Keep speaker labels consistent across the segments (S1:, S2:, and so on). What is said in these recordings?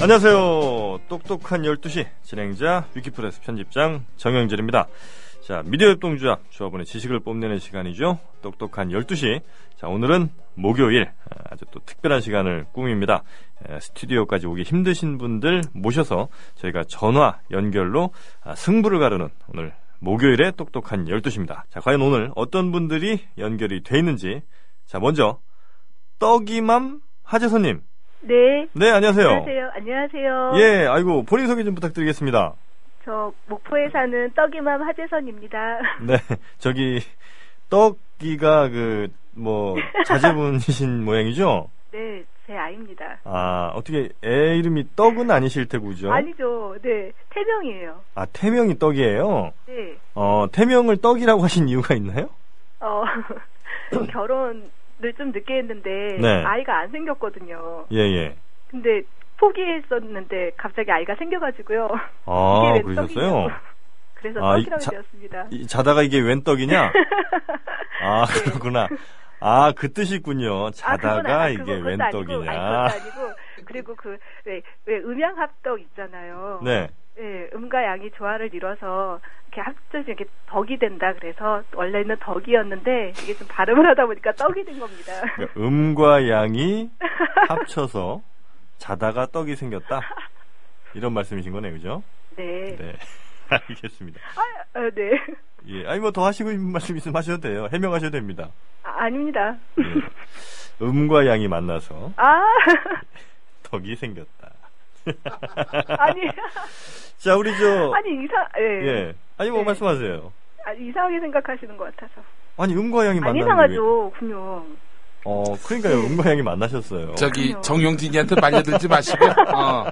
S1: 안녕하세요. 똑똑한 12시 진행자 위키프레스 편집장 정영진입니다. 자, 미디어협동조합 조합원의 지식을 뽐내는 시간이죠. 똑똑한 12시. 자, 오늘은 목요일 아, 아주 또 특별한 시간을 꾸밉니다. 에, 스튜디오까지 오기 힘드신 분들 모셔서 저희가 전화 연결로 아, 승부를 가르는 오늘 목요일의 똑똑한 12시입니다. 자, 과연 오늘 어떤 분들이 연결이 돼 있는지. 자, 먼저 떡이맘 하재선님.
S2: 네.
S1: 네,
S2: 안녕하세요. 안녕하세요.
S1: 예, 아이고 본인 소개 좀 부탁드리겠습니다.
S2: 저 목포에 사는 떡이맘 하재선입니다.
S1: 네, 저기 떡기가 그 뭐 자제분이신 모양이죠?
S2: 네, 제 아입니다.
S1: 아 어떻게 애 이름이 떡은 아니실 테고 그죠?
S2: 아니죠. 네, 태명이에요.
S1: 아 태명이 떡이에요.
S2: 네.
S1: 어 태명을 떡이라고 하신 이유가 있나요?
S2: 어 결혼을 좀 늦게 했는데
S1: 네.
S2: 아이가 안 생겼거든요.
S1: 예 예.
S2: 근데 포기했었는데 갑자기 아이가 생겨가지고요.
S1: 아
S2: 이게 왜
S1: 그러셨어요?
S2: 떡이냐고. 그래서
S1: 아, 이
S2: 떡이라고
S1: 자-
S2: 지었습니다.
S1: 이, 자다가 이게 웬 떡이냐? 아 그렇구나. 아 그 뜻이 있군요.
S2: 아, 그건
S1: 자다가
S2: 아,
S1: 이게
S2: 그건-
S1: 웬
S2: 그것도 아니고,
S1: 떡이냐?
S2: 아니, 그것도 아니고 그리고 그왜왜 음양합떡 있잖아요.
S1: 네.
S2: 예, 음과 양이 조화를 이뤄서 이렇게 합쳐서 이렇게 덕이 된다 그래서 원래는 덕이었는데 이게 좀 발음을 하다 보니까 떡이 된 겁니다.
S1: 그러니까 음과 양이 합쳐서 자다가 떡이 생겼다. 이런 말씀이신 거네요, 그죠?
S2: 네.
S1: 네. 알겠습니다.
S2: 아, 네.
S1: 예. 아니, 뭐 더 하시고 있는 말씀 있으면 하셔도 돼요. 해명하셔도 됩니다.
S2: 아, 닙니다
S1: 예. 음과 양이 만나서
S2: 아,
S1: 떡이 생겼다.
S2: 아니,
S1: 자, 우리 저.
S2: 아니, 이상, 예.
S1: 예. 아니, 뭐
S2: 네.
S1: 말씀하세요.
S2: 아, 이상하게 생각하시는 것 같아서.
S1: 아니, 음과 양이
S2: 안
S1: 만나는 게 왜-
S2: 이상하죠, 네. 분명.
S1: 어, 그러니까요. 음과 양이 만나셨어요.
S3: 저기
S2: 그럼요.
S3: 정용진이한테 말려들지 마시고 어.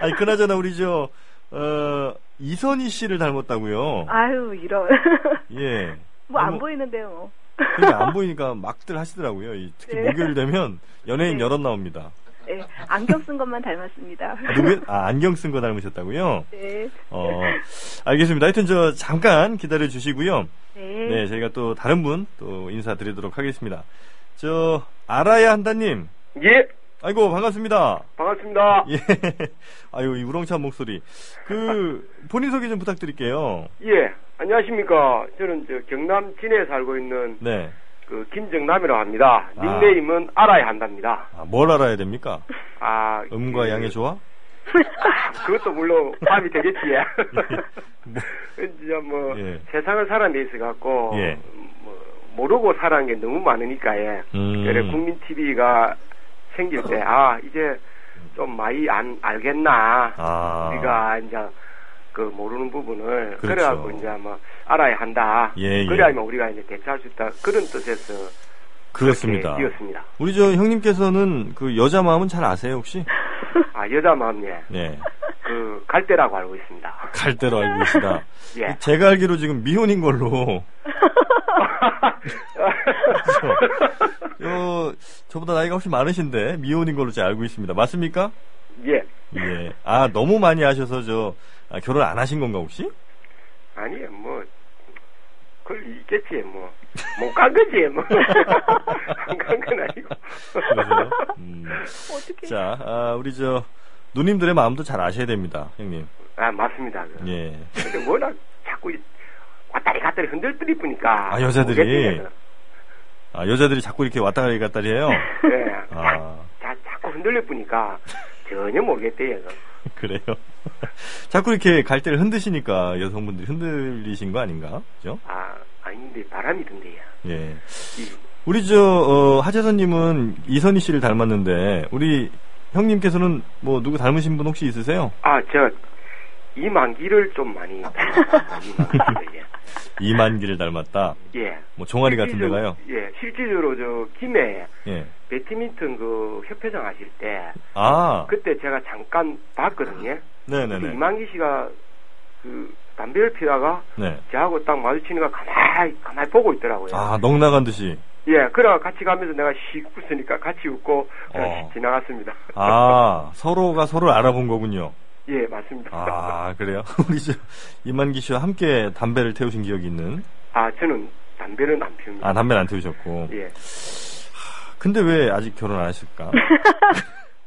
S1: 아니, 그나저나 우리 저, 어, 이선희 씨를 닮았다고요.
S2: 아유, 이런.
S1: 예.
S2: 뭐 안
S1: 아니,
S2: 보이는데요, 뭐.
S1: 근데 안 보이니까 막들 하시더라고요. 이 특히
S2: 네.
S1: 목요일 되면 연예인
S2: 네.
S1: 여럿 나옵니다.
S2: 예, 안경 쓴 것만 닮았습니다.
S1: 아, 누구, 아, 안경 쓴 거 닮으셨다고요?
S2: 네.
S1: 어, 알겠습니다. 하여튼 저 잠깐 기다려 주시고요.
S2: 네.
S1: 네, 저희가 또 다른 분 또 인사드리도록 하겠습니다. 저, 알아야 한다님.
S4: 예,
S1: 아이고, 반갑습니다.
S4: 반갑습니다.
S1: 예. 아유, 이 우렁찬 목소리. 그, 본인 소개 좀 부탁드릴게요.
S4: 예, 안녕하십니까. 저는 저 경남 진해에 살고 있는
S1: 네.
S4: 그 김정남이라고 합니다.
S1: 아.
S4: 닉네임은 알아야 한답니다.
S1: 아, 뭘 알아야 됩니까?
S4: 아,
S1: 음과
S4: 그-
S1: 양의 조화?
S4: 그것도 물론 밤이 되겠지. 예. 진짜 뭐
S1: 예.
S4: 세상을 사는 데 있어 갖고 뭐
S1: 예.
S4: 모르고 살아는 게 너무 많으니까 예.
S1: 음. 어.
S4: 그래 국민 TV가 생길 때 아 이제 좀 많이 안 알겠나.
S1: 아.
S4: 우리가 이제 그 모르는 부분을
S1: 그렇죠.
S4: 그래갖고 이제 뭐 알아야 한다.
S1: 예, 예.
S4: 그래야만 우리가 이제 대처할 수 있다. 그런 뜻에서 예,
S1: 그렇습니다.
S4: 이렇게 지었습니다.
S1: 우리 저 형님께서는 그 여자 마음은 잘 아세요 혹시?
S4: 아 여자 마음에
S1: 네.
S4: 그 갈대라고 알고 있습니다.
S1: 갈 대로 알고 계시다.
S4: 예.
S1: 제가 알기로 지금 미혼인 걸로. 어, 저보다 나이가 훨씬 많으신데 미혼인 걸로 제가 알고 있습니다. 맞습니까?
S4: 예.
S1: 예. 아 너무 많이 하셔서 저 아, 결혼 안 하신 건가 혹시?
S4: 아니 뭐 그걸 있겠지 뭐. 못 간 거지 뭐. 안 간 건 아니고.
S1: 그러세요? 음.
S2: 어떻게.
S1: 자, 아, 우리 저 누님들의 마음도 잘 아셔야 됩니다, 형님.
S4: 아 맞습니다. 그.
S1: 예.
S4: 근데 워낙 자꾸 이- 왔다리 갔다리 흔들들이 뿌니까.
S1: 아, 여자들이?
S4: 모르겠네, 그래서.
S1: 아 여자들이 자꾸 이렇게 왔다리 갔다리 해요.
S4: 예.
S1: 아.
S4: 자, 자꾸 흔들려 보니까 전혀 모르겠대요. 이거.
S1: 그래요. 자꾸 이렇게 갈대를 흔드시니까 여성분들이 흔들리신 거 아닌가? 그죠?
S4: 아, 아닌데 바람이 든대요.
S1: 예.
S4: 이,
S1: 우리 저, 어, 하재선님은 이선희 씨를 닮았는데, 우리 형님께서는 뭐 누구 닮으신 분 혹시 있으세요?
S4: 아, 저 이만기를 좀 많이 닮았습니다. 이만기를,
S1: 이만기를 닮았다.
S4: 예. 예.
S1: 뭐 종아리 같은 데
S4: 실제로-
S1: 가요?
S4: 예, 실질적으로 저 김해
S1: 예.
S4: 배드민턴 그 협회장 하실 때
S1: 아,
S4: 그때 제가 잠깐 봤거든요.
S1: 네네네.
S4: 이만기 씨가 그 담배를 피다가
S1: 네.
S4: 저하고 딱 마주치는 거 가만히 가만히 보고 있더라고요.
S1: 아, 넉나간 듯이.
S4: 예, 그래 같이 가면서 내가 씩 웃으니까 같이 웃고 그냥
S1: 어.
S4: 지나갔습니다.
S1: 아, 서로가 서로를 알아본 거군요.
S4: 예, 맞습니다. 아,
S1: 아, 그래요? 우리 저, 이만기 씨와 함께 담배를 태우신 기억이 있는?
S4: 아, 저는 담배는 안 피웁니다.
S1: 아, 담배는 안 태우셨고.
S4: 예.
S1: 근데 왜 아직 결혼 안 하실까?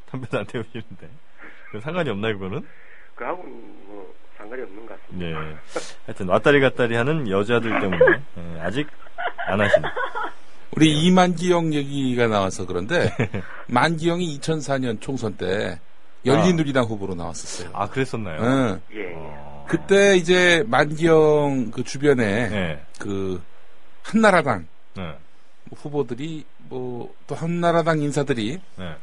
S1: 담배도 안 태우시는데. 그 상관이 없나요, 그거는?
S4: 그하고는 뭐 상관이 없는 것 같습니다.
S1: 예. 하여튼 왔다리 갔다리 하는 여자들 때문에 예, 아직 안 하시네.
S3: 우리 이만기영 얘기가 나와서 그런데 만기영이 2004년 총선 때 열린우리당 후보로 나왔었어요.
S1: 아,
S2: 네.
S1: 그랬었나요?
S3: 응.
S4: 예.
S1: 어.
S3: 그때 이제 만기영 그 주변에
S2: 네.
S1: 예.
S3: 그 한나라당
S1: 예.
S3: 후보들이 뭐 또 한나라당 인사들이
S1: 예.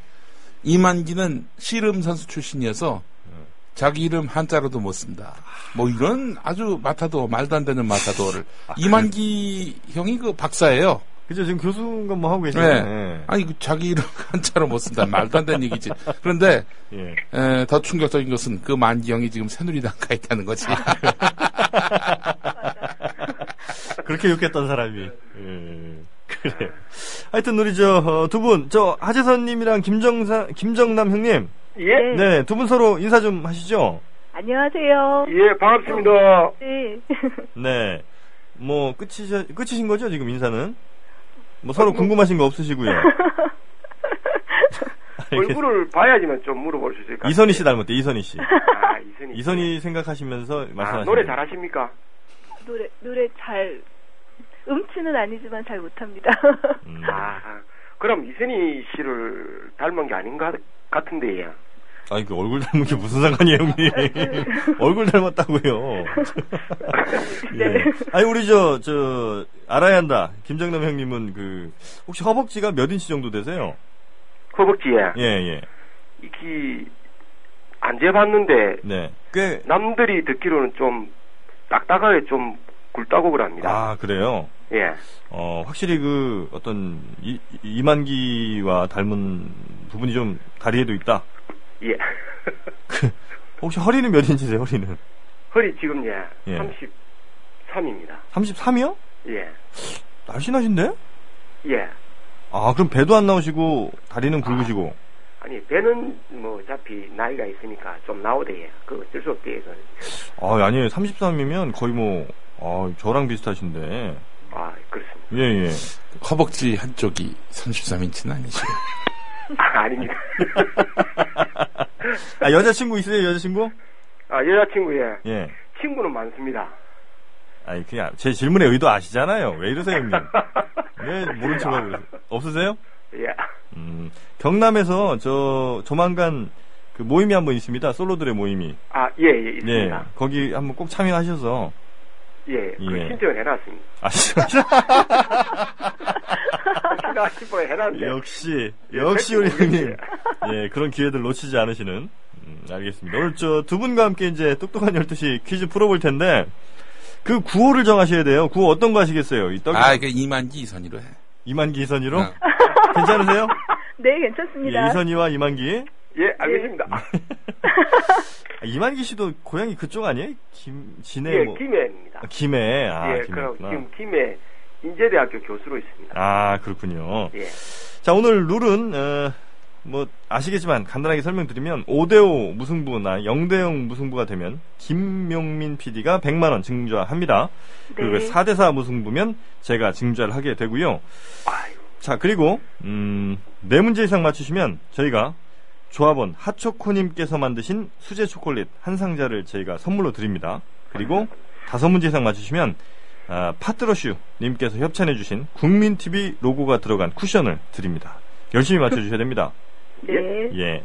S3: 이만기는 씨름 선수 출신이어서
S2: 네.
S3: 자기 이름 한자로도 못 씁니다. 뭐 이런 아주 마타도 말도 안 되는 마타도를
S2: 아,
S3: 이만기 형이 그 박사예요.
S1: 그죠, 지금 교수인가 뭐 하고 계시잖아요.
S3: 네.
S1: 예.
S3: 아니 그 자기 이름 한자로 못 쓴다 말도 안 되는 얘기지. 그런데
S1: 예.
S3: 에, 더 충격적인 것은 그 만기 형이 지금 새누리당 가 있다는 거지.
S1: 아. 그렇게 욕했던 사람이. 예. 그래. 하여튼 우리 저두 분, 저 하재선님이랑 김정사 김정남 형님,
S4: 예.
S2: 네.
S1: 네, 두 분 서로 인사 좀 하시죠.
S2: 안녕하세요.
S4: 예, 반갑습니다.
S1: 어. 예.
S2: 네.
S1: 네, 뭐 끝이셔 끝이신 거죠 지금 인사는? 뭐
S4: 어,
S1: 서로 궁금하신 거 없으시고요. 알겠-
S4: 얼굴을 봐야지만 좀 물어볼 수 있을 것 같아요.
S1: 이선희 씨 닮았대 이선희 씨.
S4: 아, 이선희. 씨.
S1: 이선희 생각하시면서 말씀하시는.
S4: 아, 노래 잘하십니까?
S2: 노래 노래 잘 음치는 아니지만 잘 못합니다.
S1: 음.
S4: 아, 그럼 이선희 씨를 닮은 게 아닌가 같은데요.
S1: 아니 그 얼굴 닮은 게 무슨 상관이에요 형님 얼굴 닮았다고요
S4: 네.
S1: 예. 아니 우리 저 저 알아야 한다 김정남 형님은 그 혹시 허벅지가 몇 인치 정도 되세요
S4: 허벅지에
S1: 예예
S4: 이게 안 재봤는데
S1: 네꽤
S4: 남들이 듣기로는 좀 딱딱하게 좀 굵다고 그럽니다.
S1: 아, 그래요?
S4: 예.
S1: 어, 확실히 그 어떤 이, 만기와 닮은 부분이 좀 다리에도 있다.
S4: 예.
S1: 혹시 허리는 몇 인치세요, 허리는?
S4: 허리 지금 예,
S1: 예.
S4: 33입니다.
S1: 33이요?
S4: 예.
S1: 날씬하신데?
S4: 예.
S1: 아, 그럼 배도 안 나오시고 다리는 굵으시고.
S4: 아니 배는 뭐 어차피 나이가 있으니까 좀 나오대요. 그 어쩔 수 없대요. 그건.
S1: 아, 아니에요. 33이면 거의 뭐, 아, 저랑 비슷하신데.
S4: 아 그렇습니다.
S1: 예, 예.
S3: 허벅지 한쪽이 33인치는 아니죠.
S4: 아, 아닙니다.
S1: 아, 여자친구 있으세요, 여자친구?
S4: 아 여자친구 예.
S1: 예.
S4: 친구는 많습니다.
S1: 아니, 그냥 제 질문의 의도 아시잖아요. 왜 이러세요, 형님? 왜 모른 척 하고 그러세요? 없으세요?
S4: 예.
S1: 음, 경남에서 저, 조만간 그 모임이 한 번 있습니다. 솔로들의 모임이.
S4: 아 예 예
S1: 예.
S4: 있습니다.
S1: 거기 한번 꼭 참여하셔서.
S4: 예. 그
S1: 예.
S4: 신청을 해놨습니다.
S1: 아, 진짜.
S4: 네. 신나 싶어요 해놨는데.
S1: 역시,
S4: 네,
S1: 역시 우리 형님. 예, 그런 기회들 놓치지 않으시는. 음, 알겠습니다. 오늘 저 두 분과 함께 이제 똑똑한 12시 퀴즈 풀어볼 텐데, 그 구호를 정하셔야 돼요. 구호 어떤 거 하시겠어요? 이 떡,
S3: 아, 그 이만기 이선희로 해.
S1: 이만기 이선희로?
S3: 어.
S1: 괜찮으세요?
S2: 네,
S1: 예,
S2: 괜찮습니다.
S1: 이선희와 이만기.
S4: 예 알겠습니다.
S1: 아, 이만기 씨도 고향이 그쪽 아니에요? 김, 진해
S4: 예
S1: 뭐.
S4: 김해입니다.
S1: 아, 김해. 아,
S4: 예 그럼
S1: 김해구나.
S4: 지금 김해 인제대학교 교수로 있습니다.
S1: 아, 그렇군요.
S4: 예.
S1: 자, 오늘 룰은, 어, 뭐, 아시겠지만, 간단하게 설명드리면, 5대5 무승부나 0대0 무승부가 되면, 김명민 PD가 100만원 증자합니다. 그리고
S2: 네.
S1: 4대4 무승부면, 제가 증자를 하게 되고요. 자, 그리고, 음, 4문제 이상 맞추시면, 저희가, 조합원 하초코님께서 만드신 수제 초콜릿 한 상자를 저희가 선물로 드립니다. 그리고, 다섯 문제 이상 맞추시면, 아, 파트러슈님께서 협찬해주신 국민TV 로고가 들어간 쿠션을 드립니다. 열심히 맞춰주셔야 됩니다.
S2: 네.
S1: 예.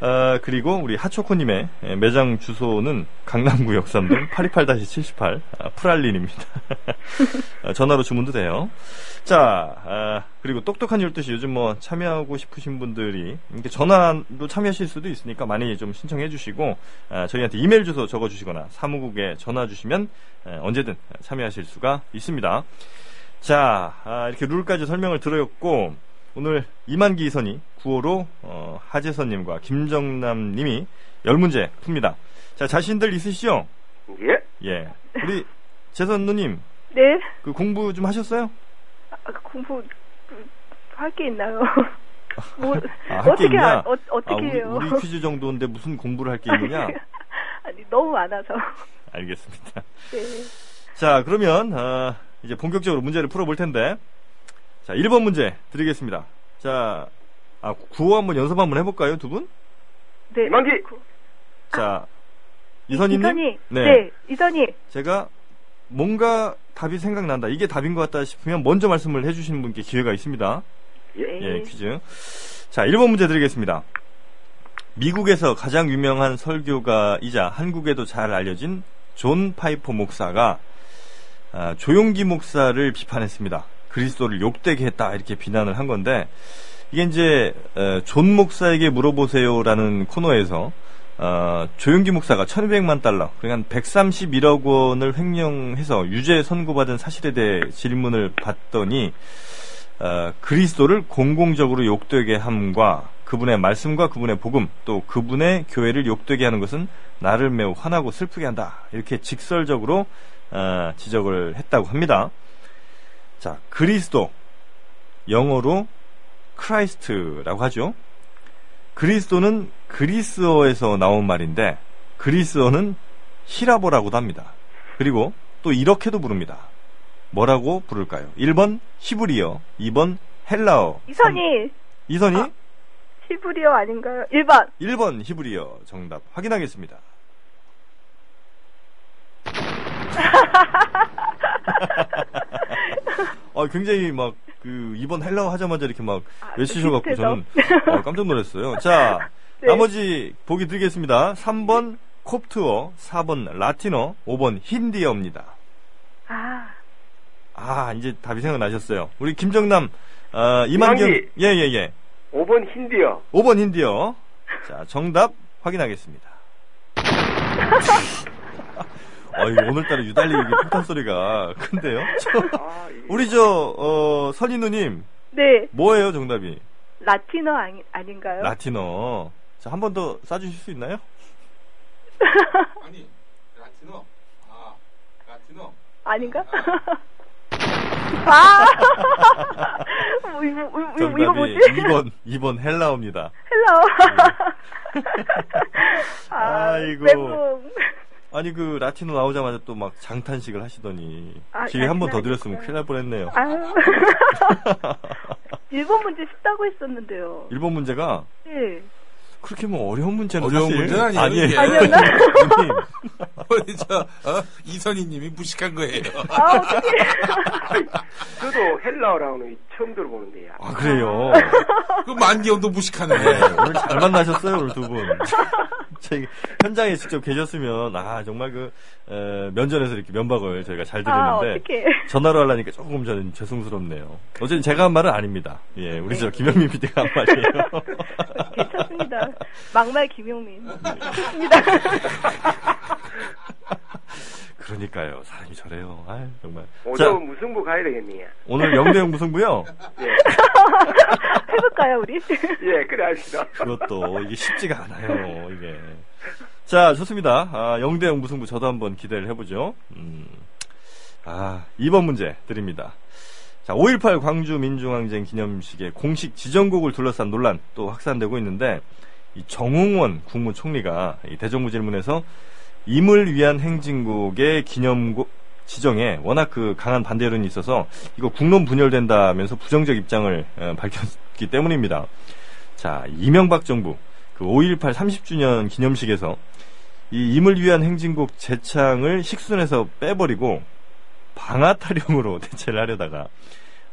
S1: 아, 그리고 우리 하초코님의 매장 주소는 강남구역 3동 828-78 아, 프랄린입니다. 아, 전화로 주문도 돼요. 자, 아, 그리고 똑똑한 12시 요즘 뭐 참여하고 싶으신 분들이 이렇게 전화로 참여하실 수도 있으니까 많이 좀 신청해 주시고 아, 저희한테 이메일 주소 적어 주시거나 사무국에 전화 주시면 에, 언제든 참여하실 수가 있습니다. 자, 아, 이렇게 룰까지 설명을 드렸고 오늘 이만기 선이 9호로 어, 하재선님과 김정남님이 열 문제 풉니다. 자, 자신들 있으시죠?
S4: 예.
S1: 예. 우리 재선 누님,
S2: 네.
S1: 그 공부 좀 하셨어요?
S2: 아, 공부 그, 할 게 있나요? 뭐
S1: 아, 할게
S2: 어떻게
S1: 있냐?
S2: 아, 어,
S1: 아,
S2: 어떻게
S1: 우리,
S2: 해요? 아,
S1: 우리 퀴즈 정도인데 무슨 공부를 할 게 있느냐?
S2: 아니 너무 많아서.
S1: 알겠습니다.
S2: 네.
S1: 자, 그러면 아, 이제 본격적으로 문제를 풀어볼 텐데, 자, 1번 문제 드리겠습니다. 자, 아, 구호 한번 연습 한번 해볼까요, 두 분?
S2: 네.
S4: 이만기!
S2: 구-
S1: 자,
S2: 이선희.
S1: 이선희님?
S2: 네. 이선희.
S1: 제가 뭔가 답이 생각난다. 이게 답인 것 같다 싶으면 먼저 말씀을 해주시는 분께 기회가 있습니다.
S2: 네.
S4: 예.
S1: 예, 퀴즈. 자, 1번 문제 드리겠습니다. 미국에서 가장 유명한 설교가이자 한국에도 잘 알려진 존 파이퍼 목사가 아, 조용기 목사를 비판했습니다. 그리스도를 욕되게 했다 이렇게 비난을 한 건데 이게 이제 어, 존 목사에게 물어보세요라는 코너에서 어, 조용기 목사가 1200만 달러 그러니까 한 131억 원을 횡령해서 유죄 선고받은 사실에 대해 질문을 받더니 어, 그리스도를 공공적으로 욕되게 함과 그분의 말씀과 그분의 복음 또 그분의 교회를 욕되게 하는 것은 나를 매우 화나고 슬프게 한다 이렇게 직설적으로 어, 지적을 했다고 합니다. 자 그리스도 영어로 크라이스트라고 하죠. 그리스도는 그리스어에서 나온 말인데 그리스어는 히라보라고도 합니다. 그리고 또 이렇게도 부릅니다. 뭐라고 부를까요? 1번 히브리어, 2번 헬라어.
S2: 이선희.
S1: 삼- 이선희
S2: 시브리어 아닌가요? 1번.
S1: 1번 히브리어 정답 확인하겠습니다. 아, 굉장히 막, 그, 2번 헬라어 하자마자 이렇게 막 외치셔갖고 저는 아, 깜짝 놀랐어요. 자,
S2: 네.
S1: 나머지 보기 드리겠습니다. 3번 콥트어, 4번 라틴어, 5번 힌디어입니다.
S2: 아,
S1: 아, 이제 답이 생각나셨어요. 우리 김정남, 아, 이만경.
S4: 이만기.
S1: 예, 예, 예.
S4: 5번 힌디어.
S1: 5번 힌디어. 자, 정답 확인하겠습니다. 아, 이거 오늘따라 유달리 이게 폭탄 소리가 큰데요? 저,
S4: 아, 이게
S1: 우리 저, 어, 선인우님,
S2: 네.
S1: 뭐예요, 정답이?
S2: 라틴어 아니, 아닌가요?
S1: 라틴어. 자, 한 번 더 싸주실 수 있나요?
S3: 아니, 라틴어. 아, 라틴어.
S2: 아닌가? 아! 뭐, 이거, 이거, 이거 뭐지?
S1: 2번, 2번 헬라어입니다.
S2: 헬로.
S1: 아이고.
S2: 멘붕.
S1: 아니, 그, 라틴어 나오자마자 또 막 장탄식을 하시더니.
S2: 아,
S1: 기회 한 번 더
S2: 라틴어
S1: 드렸으면 큰일 날 뻔 했네요.
S2: 아유. 일본 문제 쉽다고 했었는데요.
S1: 일본 문제가
S2: 네.
S1: 그렇게 뭐 어려운 문제는
S3: 어려운
S1: 사실
S3: 문제는 아니에요, 이게.
S2: 아니었나?
S1: 아니에요.
S3: 우리 저, 어? 이선희님이 무식한 거예요.
S2: 아, 어떻게.
S4: 저도 헬라어라고는 처음 들어보는데요.
S1: 아 그래요.
S3: 그 만기형도 무식하네.
S1: 네, 오늘 잘 만나셨어요 오늘 두 분. 저희 현장에 직접 계셨으면 아 정말 그 에, 면전에서 이렇게 면박을 저희가 잘
S2: 아,
S1: 드리는데
S2: 어떻게.
S1: 전화로 하려니까 조금 저는 죄송스럽네요. 어쨌든 제가 한 말은 아닙니다. 예, 우리
S2: 네.
S1: 저 김영민 PD가 한 말이에요.
S2: 괜찮습니다. 막말 김용민.
S1: 그러니까요, 사람이 저래요. 아 정말.
S4: 오늘
S1: 자,
S4: 무승부 가야 되겠네요.
S1: 오늘 영대영 무승부요.
S4: 예.
S2: 해볼까요, 우리?
S4: 예, 그래 합시다.
S1: 그것도 이게 쉽지가 않아요. 이게. 자, 좋습니다. 아, 0대0 무승부 저도 한번 기대를 해보죠. 음. 아, 2번 문제 드립니다. 자, 5.18 광주 민중항쟁 기념식의 공식 지정곡을 둘러싼 논란 또 확산되고 있는데 이 정홍원 국무총리가 이 대정부 질문에서 임을 위한 행진곡의 기념곡 지정에 워낙 그 강한 반대 여론이 있어서 이거 국론 분열된다면서 부정적 입장을 어, 밝혔기 때문입니다. 자, 이명박 정부 그 5.18 30주년 기념식에서 이 임을 위한 행진곡 재창을 식순에서 빼버리고 방아 타령으로 대체를 하려다가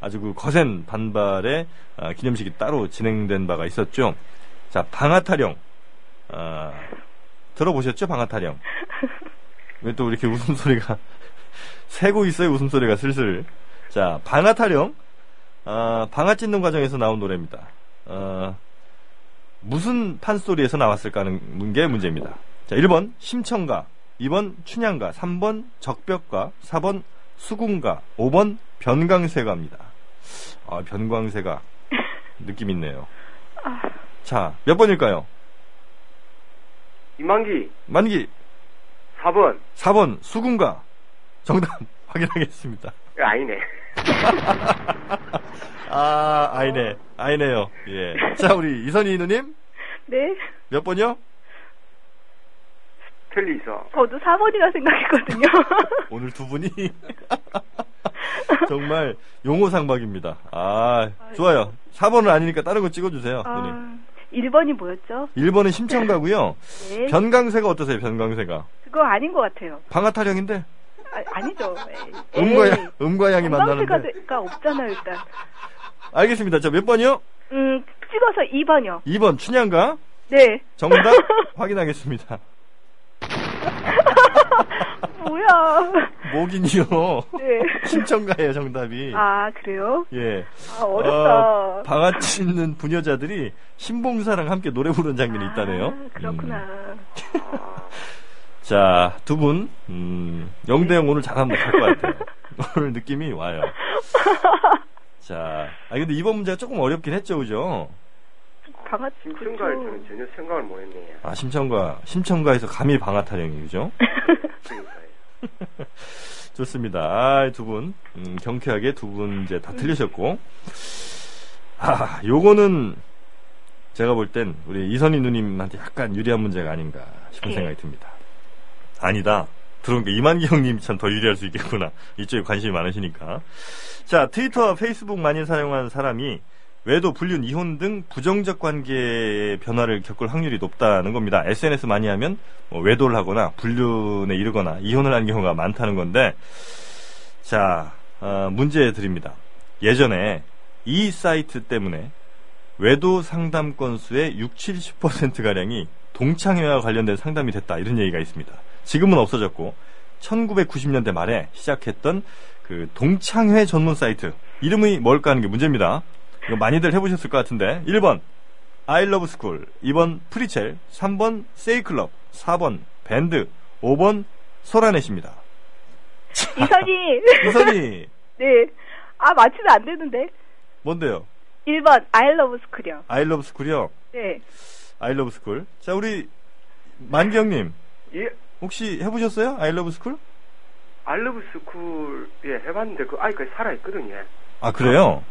S1: 아주 그 거센 반발의 아, 기념식이 따로 진행된 바가 있었죠. 자, 방아 타령 아, 들어보셨죠, 방아 타령? 왜 또 이렇게 웃음소리가 새고 있어요, 웃음소리가 슬슬. 자, 방아 타령 아, 방아 찢는 과정에서 나온 노래입니다. 어, 무슨 판소리에서 나왔을까 하는 게 문제입니다. 자, 1번 심청가, 2번 춘향가, 3번 적벽가, 4번 수궁가, 5번 변광세가입니다. 아, 변광세가 느낌 있네요. 자, 몇 번일까요?
S4: 이만기
S1: 만기
S4: 4번.
S1: 4번 수궁가 정답 확인하겠습니다.
S4: 예, 아니네.
S1: 아, 아이네. 아이네요. 예. 자, 우리 이선희 누님
S2: 네.
S1: 몇 번요?
S4: 틀리서.
S2: 저도 4번이라 생각했거든요.
S1: 오늘 두 분이 정말 용호상박입니다. 아, 좋아요. 4번은 아니니까 다른 거 찍어주세요. 누님.
S2: 아, 1번이 뭐였죠?
S1: 1번은 심청가고요.
S2: 네.
S1: 변강세가 어떠세요? 변강세가.
S2: 그거 아닌 것 같아요.
S1: 방아타령인데
S2: 아, 니죠 네.
S1: 음과 양, 음과 양이 만나는데.
S2: 방방세가 없잖아요, 일단.
S1: 알겠습니다. 자, 몇 번이요?
S2: 음, 찍어서 2번이요.
S1: 2번 춘향가.
S2: 네.
S1: 정답 확인하겠습니다.
S2: 뭐야.
S1: 목인이요.
S2: 네.
S1: 심청가예요, 정답이.
S2: 아, 그래요?
S1: 예.
S2: 아, 어렵다.
S1: 어, 방아치 있는 부녀자들이 신봉사랑 함께 노래 부르는 장면이 있다네요.
S2: 아, 그렇구나.
S1: 음. 자, 두 분, 음, 영대형 오늘 장한 못할 것 같아요. 오늘 느낌이 와요. 자, 아, 근데 이번 문제가 조금 어렵긴 했죠, 그죠?
S2: 방아치
S4: 심청가에 저는 전혀 생각을 못 했네요.
S1: 아, 심청가, 심청가에서 감히 방아 타령이, 그죠?
S4: 그러니까요.
S1: 좋습니다. 아, 두 분, 음, 경쾌하게 두 분 이제 다 틀리셨고. 아, 요거는 제가 볼 땐 우리 이선희 누님한테 약간 유리한 문제가 아닌가 싶은
S2: 예.
S1: 생각이 듭니다. 아니다. 들어오니까 이만기 형님 참 더 유리할 수 있겠구나. 이쪽에 관심이 많으시니까. 자, 트위터와 페이스북 많이 사용한 사람이 외도, 불륜, 이혼 등 부정적 관계의 변화를 겪을 확률이 높다는 겁니다. SNS 많이 하면 뭐 외도를 하거나 불륜에 이르거나 이혼을 하는 경우가 많다는 건데, 자, 어, 문제 드립니다. 예전에 이 사이트 때문에 외도 상담 건수의 60, 70%가량이 동창회와 관련된 상담이 됐다. 이런 얘기가 있습니다. 지금은 없어졌고, 1990년대 말에 시작했던 그 동창회 전문 사이트. 이름이 뭘까 하는 게 문제입니다. 이거 많이들 해보셨을 것 같은데. 1번, 아이러브스쿨. 2번, 프리첼. 3번, 세이클럽. 4번, 밴드. 5번, 소라넷입니다.
S2: 이선이,
S1: 이선이,
S2: 네. 아, 맞히면 안 되는데.
S1: 뭔데요?
S2: 1번, I love school이요.
S1: 아이러브스쿨이요?
S2: 네.
S1: 아이러브스쿨. 자, 우리, 만경님.
S4: 예,
S1: 혹시 해보셨어요? 아이러브스쿨?
S4: 알러브 스쿨 예 해봤는데 그 아이가 살아 있거든요.
S1: 아 그래요?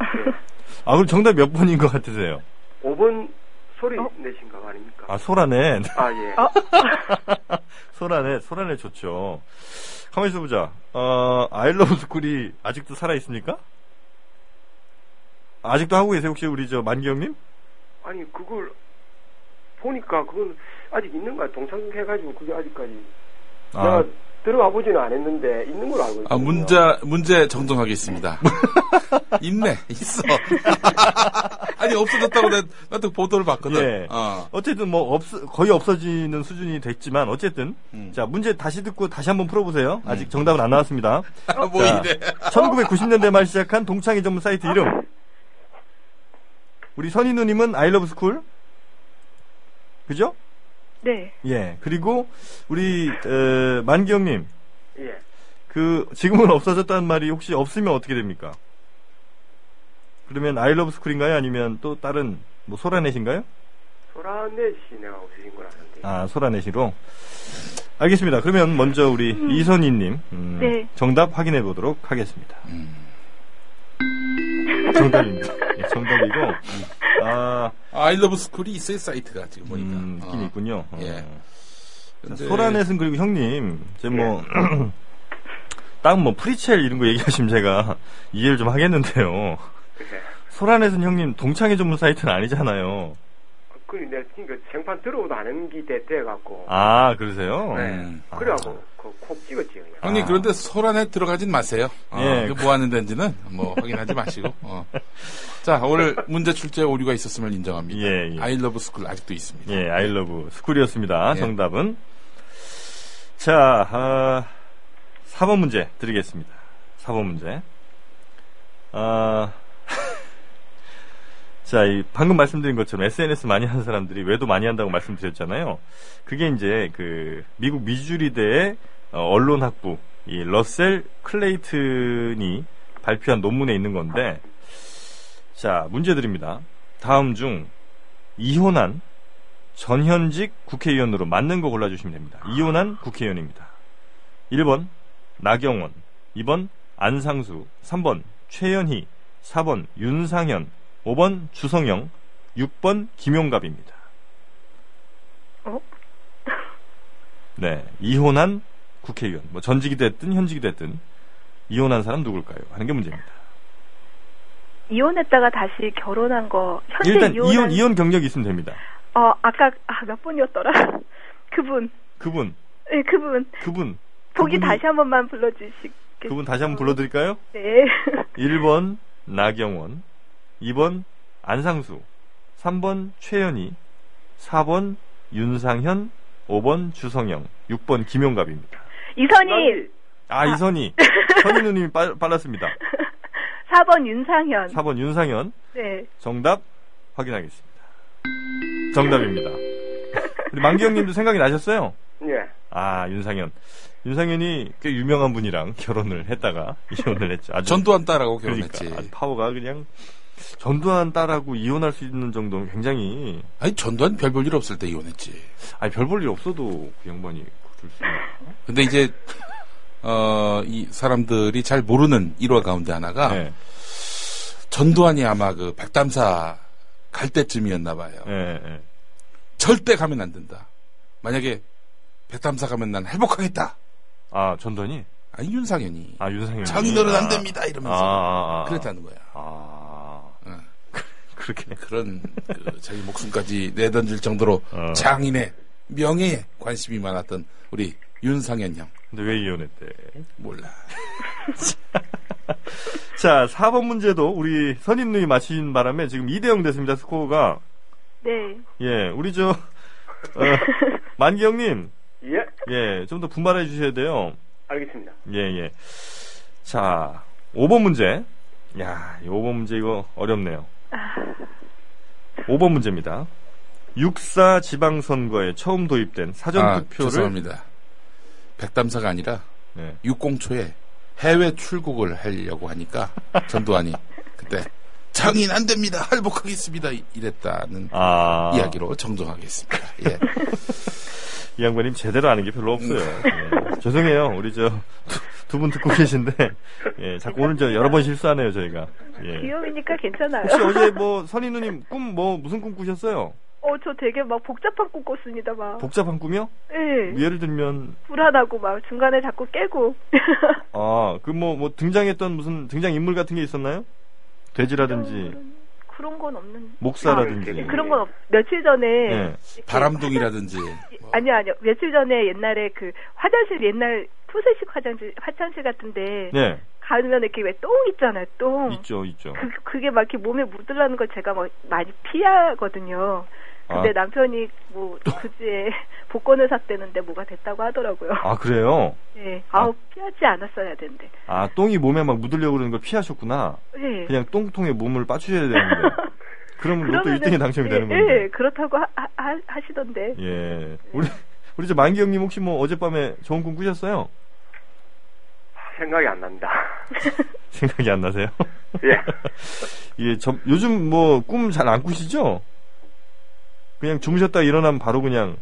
S1: 아 그럼 정답 몇 번인 것 같으세요?
S4: 5번 소리 내신 거 아닙니까?
S1: 아 소라넷
S4: 어? 아 예.
S1: 소라넷 소라넷 좋죠 가만히 있어보자 어, 아일러브 스쿨이 아직도 살아있습니까? 아직도 하고 계세요 혹시 우리 저 만기영님?
S4: 아니 그걸 보니까 그건 아직 있는 거야. 동창 해가지고 그게 아직까지
S1: 아,
S4: 내가 들어가 보지는 않았는데 있는 걸로 알고 있어요.
S3: 아, 문자, 문제 정정하겠습니다. 있네, 있어. 아니, 없어졌다고 내, 나한테 보도를 봤거든.
S1: 예.
S3: 어.
S1: 어쨌든 뭐 없, 거의 없어지는 수준이 됐지만 어쨌든
S3: 음.
S1: 자 문제 다시 듣고 다시 한번 풀어보세요 아직 정답은 안 나왔습니다
S3: 아, 뭐
S1: 자,
S3: 이래.
S1: 1990년대 말 시작한 동창회 전문 사이트 이름. 우리 선희 누님은 아이러브 스쿨. 그죠?
S2: 네.
S1: 예. 그리고 우리 에, 만기영님
S4: 예.
S1: 그 지금은 없어졌다는 말이 혹시 없으면 어떻게 됩니까? 그러면 아이러브 스쿨인가요? 아니면 또 다른 뭐 소라넷인가요?
S4: 소라넷이 내가 오신 걸 아는데.
S1: 아 소라넷이로. 알겠습니다. 그러면 먼저 우리 이선희님 음,
S2: 네.
S1: 정답 확인해 보도록 하겠습니다. 정답입니다. 예, 정답이고 아
S3: 아이러브 스쿨이 있어요, 사이트가 지금 보니까.
S1: 음, 느낌이
S3: 어.
S1: 있군요. 어.
S3: 예.
S1: 자,
S3: 근데 예.
S1: 소라넷은 그리고 형님, 이제 뭐, 딱 뭐 프리첼 이런 거 얘기하시면 제가 이해를 좀 하겠는데요.
S4: 그래.
S1: 소라넷은 형님 동창회 전문 사이트는 아니잖아요.
S4: 그니 내가 지금 생판 들어오도 않은 게 돼- 돼갖고.
S1: 아, 그러세요?
S3: 네.
S1: 아.
S4: 그래갖고 그, 콕 찍었지 그냥.
S3: 형님, 그런데 소란에 들어가진 마세요. 어,
S1: 예.
S3: 그뭐 하는 데인지는 뭐 확인하지 마시고. 어. 자, 오늘 문제 출제 오류가 있었음을 인정합니다.
S1: 예, 예.
S3: 아이러브 스쿨 아직도 있습니다.
S1: 예, 아이러브 스쿨이었습니다.
S3: 예.
S1: 정답은. 자, 아, 4번 문제 드리겠습니다. 4번 문제. 아, 자, 이 방금 말씀드린 것처럼 SNS 많이 하는 사람들이 외도 많이 한다고 말씀드렸잖아요. 그게 이제 그 미국 미주리대의 어, 언론학부 이 러셀 클레이튼이 발표한 논문에 있는 건데 자, 문제 드립니다. 다음 중 이혼한 전현직 국회의원으로 맞는 거 골라주시면 됩니다.
S2: 아.
S1: 이혼한 국회의원입니다. 1번 나경원 2번 안상수 3번 최연희 4번 윤상현 5번 주성영 6번 김용갑입니다.
S2: 어?
S1: 네, 이혼한 국회의원 뭐 전직이 됐든 현직이 됐든 이혼한 사람 누굴까요? 하는 게 문제입니다.
S2: 이혼했다가 다시 결혼한 거 현재
S1: 일단
S2: 이혼한
S1: 이혼 이혼 경력이 있으면 됩니다.
S2: 어 아까 아, 몇 분이었더라 그분
S1: 그분
S2: 네, 그분
S1: 그분
S2: 보기
S1: 그분이-
S2: 다시 한 번만 불러주시겠
S1: 그분 다시 한번 불러드릴까요?
S2: 네
S1: 1번 나경원, 2번 안상수, 3번 최현희, 4번 윤상현, 5번 주성영, 6번 김용갑입니다.
S2: 이선희
S1: 아, 이선희. 선희 누님이 빨, 빨랐습니다.
S2: 4번 윤상현
S1: 4번 윤상현.
S2: 네
S1: 정답 확인하겠습니다. 정답입니다. 우리 만기영 님도 생각이 나셨어요?
S4: 예.
S1: 아, 윤상현. 윤상현이 꽤 유명한 분이랑 결혼을 했다가 이혼을 했죠. 아주
S3: 전두환 딸하고
S1: 그러니까
S3: 결혼했지.
S1: 아주 파워가 그냥 전두환 딸하고 이혼할 수 있는 정도면 굉장히
S3: 아니 전두환 별 볼 일 없을 때 이혼했지.
S1: 아니 별 볼 일 없어도 그 양반이 그럴 수 있나?
S3: 근데 이제 어, 이 사람들이 잘 모르는 일화 가운데 하나가
S1: 네.
S3: 전두환이 아마 그 백담사 갈 때쯤이었나 봐요.
S1: 네,
S3: 예.
S1: 네.
S3: 절대 가면 안 된다. 만약에 백담사 가면 난 회복하겠다.
S1: 아 전두환이
S3: 아니 윤상현이
S1: 아 윤상현이
S3: 장인어른
S1: 아.
S3: 안 됩니다 이러면서
S1: 아, 아, 아.
S3: 그랬다는 거야.
S1: 아
S3: 응.
S1: 그렇게
S3: 그런 그 자기 목숨까지 내던질 정도로
S1: 어.
S3: 장인의 명예에 관심이 많았던 우리 윤상현 형
S1: 근데 왜 이혼했대?
S3: 몰라.
S1: 자 4번 문제도 우리 선임 누이 맞히신 바람에 지금 2대0 됐습니다 스코어가
S2: 네.
S1: 예 우리 저 어, 만기 형님
S4: 예.
S1: 예 좀 더 분발해 주셔야 돼요
S4: 알겠습니다.
S1: 예, 예. 자, 5번 문제. 야, 이 5번 문제 이거 어렵네요. 5번 문제입니다. 육사 지방선거에 처음 도입된
S3: 아,
S1: 사전투표를
S3: 죄송합니다. 백담사가 아니라
S1: 예.
S3: 육공초에 해외 출국을 하려고 하니까 전두환이 그때 장인 안 됩니다 할복하겠습니다 이랬다는
S1: 아,
S3: 이야기로 정정하겠습니다. 예.
S1: 이 양반님 제대로 아는 게 별로 없어요.
S3: 음.
S1: 예. 죄송해요. 우리 저 두 분 듣고 계신데 예, 자꾸 오늘 저 여러 번 실수하네요, 저희가. 예.
S2: 귀여우니까 괜찮아요.
S1: 혹시 어제 뭐 선희 누님 꿈 뭐 무슨 꿈 꾸셨어요?
S2: 어, 저 되게 막 복잡한 꿈 꿨습니다, 막.
S1: 복잡한 꿈이요?
S2: 예.
S1: 예를 들면
S2: 불안하고 막 중간에 자꾸 깨고.
S1: 아, 그 뭐 뭐 등장했던 무슨 등장 인물 같은 게 있었나요? 돼지라든지
S2: 그런 건 없는.
S1: 목사라든지.
S4: 아,
S2: 음. 그런 건 없. 며칠 전에
S1: 예.
S2: 이렇게
S3: 바람둥이라든지
S2: 화장- 아니요, 아니요. 며칠 전에 옛날에 그 화장실 옛날 푸세식 화장실 화장실 같은데
S1: 네,
S2: 가면 이렇게 왜 똥 있잖아요, 똥.
S1: 있죠, 있죠.
S2: 그, 그게 막 이렇게 몸에 묻으려는 걸 제가 막 많이 피하거든요. 근데
S1: 아.
S2: 남편이 뭐 그지에 복권을 샀대는데 뭐가 됐다고 하더라고요.
S1: 아, 그래요?
S2: 네. 아우 피하지 않았어야 되는데.
S1: 아, 똥이 몸에 막 묻으려고 그러는 걸 피하셨구나.
S2: 네.
S1: 그냥 똥통에 몸을 빠추셔야 되는데. 그러면 로또
S2: 그러면은-
S1: 1등이 당첨이
S2: 예,
S1: 되는
S2: 예,
S1: 건데.
S2: 그렇다고 하, 하, 시던데
S1: 예. 우리, 우리 저 만기 형님 혹시 뭐 어젯밤에 좋은 꿈 꾸셨어요?
S4: 생각이 안 난다.
S1: 생각이 안 나세요?
S4: 예.
S1: 예, 점- 요즘 뭐 꿈 잘 안 꾸시죠? 그냥 주무셨다 일어나면 바로 그냥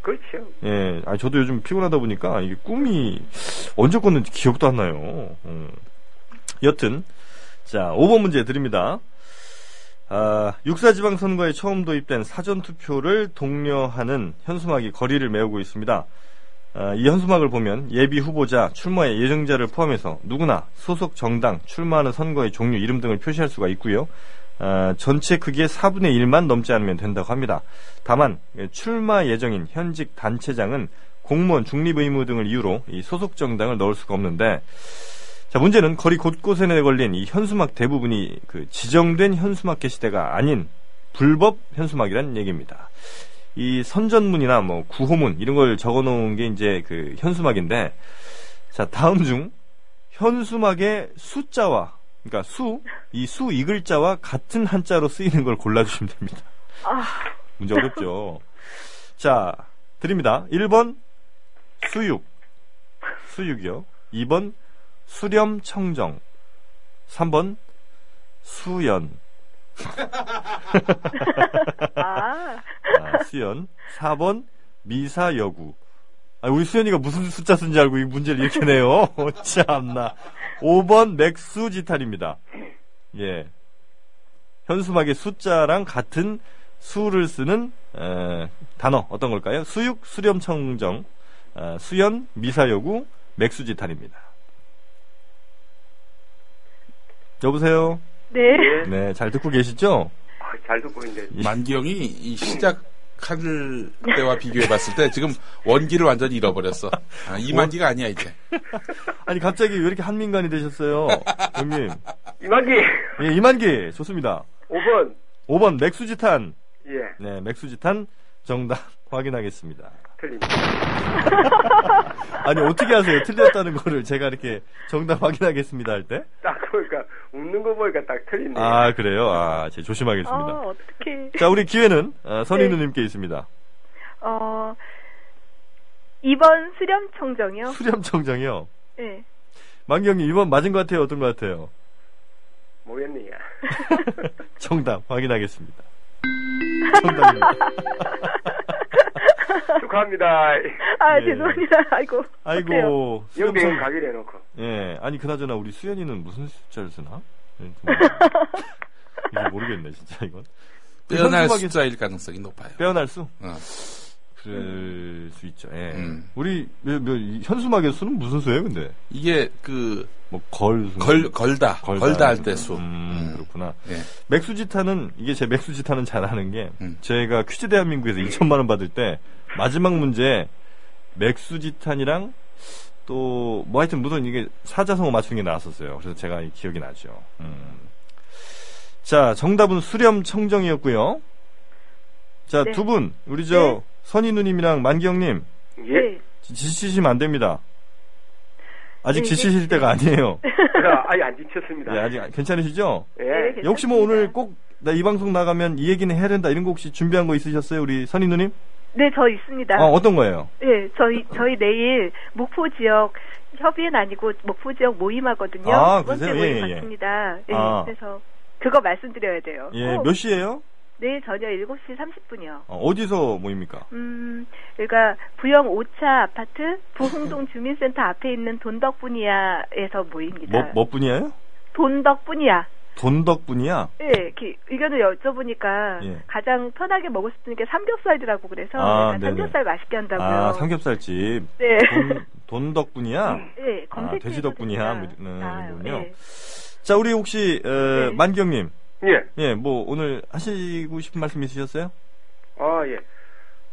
S4: 그렇죠.
S1: 예, 아 저도 요즘 피곤하다 보니까 이게 꿈이 언제 꿨는지 기억도 안 나요. 음. 여튼 자, 5번 문제 드립니다. 아, 육사지방선거에 처음 도입된 사전투표를 독려하는 현수막이 거리를 메우고 있습니다. 아, 이 현수막을 보면 예비 후보자, 출마의 예정자를 포함해서 누구나 소속 정당, 출마하는 선거의 종류, 이름 등을 표시할 수가 있고요. 아, 전체 크기의 4분의 1만 넘지 않으면 된다고 합니다. 다만 예, 출마 예정인 현직 단체장은 공무원 중립 의무 등을 이유로 이 소속 정당을 넣을 수가 없는데 자 문제는 거리 곳곳에 걸린 이 현수막 대부분이 그 지정된 현수막 게시대가 아닌 불법 현수막이란 얘기입니다. 이 선전문이나 뭐 구호문 이런 걸 적어놓은 게 이제 그 현수막인데 자 다음 중 현수막의 숫자와 그러니까 수 이 수 이 글자와 같은 한자로 쓰이는 걸 골라주시면 됩니다.
S2: 아,
S1: 문제 어렵죠. 자, 드립니다. 1번 수육. 수육이요. 2번 수렴 청정. 3번 수연.
S2: 아.
S1: 아, 수연. 4번 미사 여구. 아, 우리 수연이가 무슨 숫자 쓴지 알고 이 문제를 이렇게 내요. 참나. 5번 맥수지탈입니다. 예. 현수막의 숫자랑 같은 수를 쓰는 에, 단어 어떤 걸까요? 수육, 수렴청정, 어, 수연, 미사여구, 맥수지탈입니다. 여보세요.
S2: 네.
S4: 예.
S1: 네, 잘 듣고 계시죠?
S4: 아, 잘 듣고 있는데.
S3: 만기영이 이 시작할 때와 비교해봤을 때 지금 원기를 완전히 잃어버렸어. 아, 이만기가 아니야 이제.
S1: 아니, 갑자기 왜 이렇게 한민간이 되셨어요? 형님.
S4: 이만기
S1: 예, 이만기. 좋습니다.
S4: 5번.
S1: 5번 맥수지탄.
S4: 예.
S1: 네, 맥수지탄 정답 확인하겠습니다.
S4: 틀립니다.
S1: 아니, 어떻게 하세요? 틀렸다는 거를 제가 이렇게 정답 확인하겠습니다 할 때?
S4: 딱 보니까 웃는 거 보니까 딱 틀리네.
S1: 아, 그래요? 아, 제 조심하겠습니다.
S2: 어, 어떻게.
S1: 자, 우리 기회는 어, 선희
S2: 네.
S1: 누님께 있습니다.
S2: 어, 2번 수렴청정이요?
S1: 수렴청정이요.
S2: 네.
S1: 만경님, 이번 맞은 것 같아요? 어떤 것 같아요?
S4: 뭐였느냐.
S1: 정답 확인하겠습니다. 정답입니다.
S4: 축하합니다.
S2: 아,
S1: 예.
S2: 죄송합니다. 아이고. 어때요?
S1: 아이고,
S4: 영대인
S1: 수렴청.
S4: 가기로 해놓고.
S1: 예, 아니, 그나저나 우리 수연이는 무슨 숫자를 쓰나? 예, 좀- 이제 모르겠네, 진짜 이건. 그
S3: 빼어날
S1: 현수막이-
S3: 숫자일 가능성이 높아요.
S1: 빼어날 수?
S3: 어.
S1: 그럴 수 있죠, 예.
S3: 음.
S1: 우리, 몇, 몇, 이 현수막의 수는 무슨 수예요, 근데?
S3: 이게 그
S1: 뭐, 걸, 수.
S3: 걸, 걸다, 걸다,
S1: 걸다
S3: 할 때 수.
S1: 음,
S3: 음.
S1: 그렇구나.
S3: 예.
S1: 맥수지타는 이게 제 맥수지타는 잘하는 게
S3: 음.
S1: 제가 퀴즈 대한민국에서 2천만 원 받을 때 마지막 문제 맥수지탄이랑 또 뭐 하여튼 무슨 이게 사자성어 맞추는 게 나왔었어요. 그래서 제가 이 기억이 나죠. 음. 자 정답은 수렴청정이었고요.
S2: 네.
S1: 자두 분 우리 저
S2: 네.
S1: 선희 누님이랑 만기영님
S4: 예.
S2: 네.
S1: 지- 지치시면 안 됩니다. 아직
S2: 네,
S1: 지치실 때가 아니에요.
S4: 자, 아예 안 지쳤습니다.
S1: 예, 아직 괜찮으시죠?
S4: 예.
S2: 네,
S1: 혹시 뭐
S2: 괜찮습니다.
S1: 오늘 꼭 나 이 방송 나가면 이 얘기는 해야 된다 이런 거 혹시 준비한 거 있으셨어요 우리 선희 누님?
S2: 네, 저 있습니다.
S1: 아, 어떤 거예요?
S2: 예, 저희 저희 내일 목포 지역 협의는 아니고 목포 지역 모임하거든요.
S1: 아,
S2: 두 번째
S1: 그러세요? 예,
S2: 모임
S1: 예.
S2: 맞습니다. 예,
S1: 아.
S2: 그래서 그거 말씀드려야 돼요.
S1: 예,
S2: 어,
S1: 몇 시예요?
S2: 내일 저녁 7시 30분이요.
S1: 어, 어디서 모입니까?
S2: 음, 그러니까 부영 5차 아파트 부흥동 주민센터 앞에 있는 돈덕분이야에서 모입니다.
S1: 뭐, 뭐 분이에요?
S2: 돈덕분이야.
S1: 돈덕 분이야? 아,
S2: 예, 이렇게 의견을 여쭤보니까
S1: 예.
S2: 가장 편하게 먹을 수 있는 게 삼겹살이라고 그래서
S1: 아,
S2: 약간
S1: 네네.
S2: 삼겹살 맛있게 한다고요.
S1: 아, 삼겹살집.
S2: 네.
S1: 돈, 돈덕 분이야?
S2: 예, 검색해
S1: 돼지 덕분이야, 뭐 이런 거군요.
S2: 예.
S1: 자, 우리 혹시, 어,
S2: 네.
S1: 만경님.
S4: 예.
S1: 예, 뭐, 오늘 하시고 싶은 말씀 있으셨어요?
S4: 아, 예.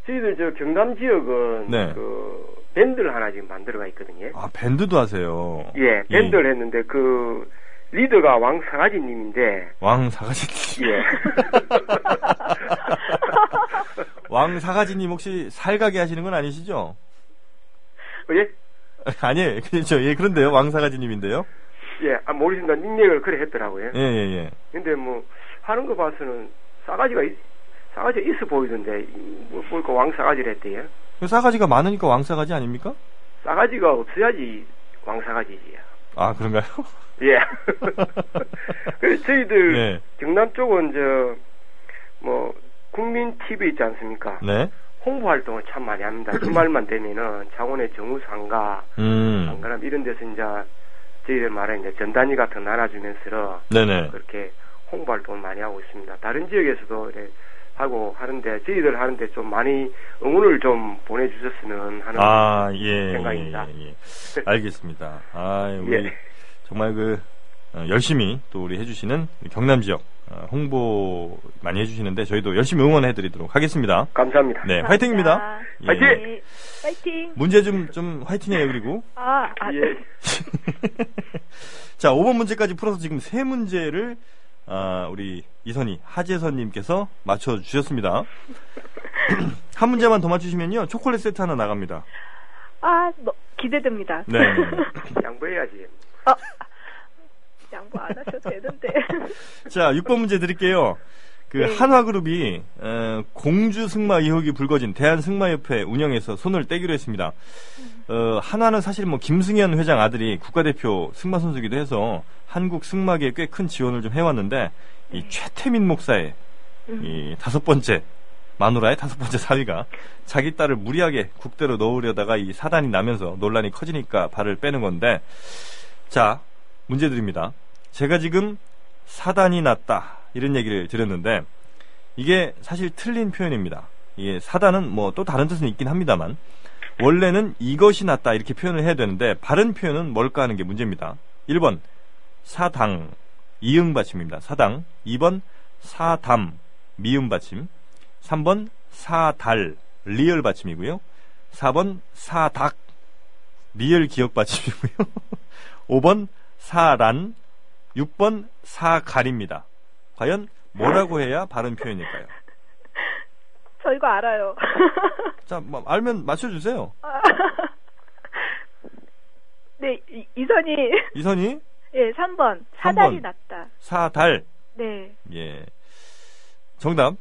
S4: 저희들 저 경남 지역은
S1: 네.
S4: 그 밴드를 하나 지금 만들어가 있거든요.
S1: 아, 밴드도 하세요.
S4: 예, 밴드를 했는데 그 리더가 왕사가지 님인데
S1: 왕 사가지님.
S4: 예.
S2: 예.
S1: 왕 사가지님 혹시 살가게 하시는 건 아니시죠?
S4: 예?
S1: 아니에요. 그냥 저, 예, 그런데요. 왕 사가지님인데요.
S4: 예. 아 모르신다 닉네임을 그래 했더라고요.
S1: 예, 예, 예.
S4: 근데 뭐 하는 거 봐서는 싸가지가 있, 싸가지가 있어 보이던데 뭐 보니까 왕사가지를 했대요.
S1: 그 싸가지가 많으니까 왕싸가지 아닙니까?
S4: 싸가지가 없어야지 왕사가지지.
S1: 아 그런가요?
S4: 예. 그래서 저희들
S1: 네.
S4: 경남 쪽은 저 뭐 국민 TV 있지 않습니까?
S1: 네.
S4: 홍보 활동을 참 많이 합니다. 그 주말만 되면은 창원의 정우상가,
S1: 음.
S4: 상가람 이런 데서 이제 저희들 말에 이제 전단지 같은 거 나눠주면서
S1: 네네.
S4: 그렇게 홍보 활동을 많이 하고 있습니다. 다른 지역에서도 이래 하고 하는데 저희들 하는데 좀 많이 응원을 좀 보내주셨으면 하는
S1: 아 예.
S4: 생각입니다. 그
S1: 예, 예. 알겠습니다. 아 우리
S4: 예.
S1: 정말 그 어, 열심히 또 우리 해주시는 우리 경남 지역 어, 홍보 많이 해주시는데 저희도 열심히 응원해드리도록 하겠습니다.
S4: 감사합니다.
S1: 네, 화이팅입니다. 예. 뭐-
S4: 화이팅!
S2: 네, 파이팅!
S1: 문제 좀 좀 화이팅해요 그리고
S2: 아, 아,
S4: 예.
S1: 자 5번 문제까지 풀어서 지금 세 문제를 아, 우리 이선희 하재선님께서 맞춰 주셨습니다. 한 문제만 더 맞추시면요 초콜릿 세트 하나 나갑니다.
S2: 아, 너, 기대됩니다.
S1: 네.
S4: 양보해야지.
S2: 양보 안 하셔도 되는데.
S1: 자, 6번 문제 드릴게요. 그
S2: 네.
S1: 한화그룹이 어, 공주 승마 의혹이 불거진 대한승마협회 운영에서 손을 떼기로 했습니다. 어, 한화는 사실 뭐 김승현 회장 아들이 국가대표 승마 선수기도 해서 한국 승마계에 꽤 큰 지원을 좀 해왔는데 이 최태민 목사의 이 다섯 번째 마누라의 다섯 번째 사위가 자기 딸을 무리하게 국대로 넣으려다가 이 사단이 나면서 논란이 커지니까 발을 빼는 건데 자 문제 드립니다. 제가 지금 사단이 났다 이런 얘기를 드렸는데 이게 사실 틀린 표현입니다. 이게 사단은 뭐 또 다른 뜻은 있긴 합니다만 원래는 이것이 났다 이렇게 표현을 해야 되는데 바른 표현은 뭘까 하는 게 문제입니다. 1번 사당 이응 받침입니다. 사당. 2번 사담 미음 받침. 3번 사달 리얼 받침이고요. 4번 사닥 리얼 기억 받침이고요. 5번 사란 6번 사갈입니다. 과연 뭐라고 해야 바른 표현일까요?
S2: 저 이거 알아요.
S1: 자, 뭐 알면 맞춰 주세요.
S2: 네, 이, 이선이
S1: 이선희
S2: 예, 3번. 사달이
S1: 번.
S2: 났다.
S1: 사달.
S2: 네.
S1: 예. 정답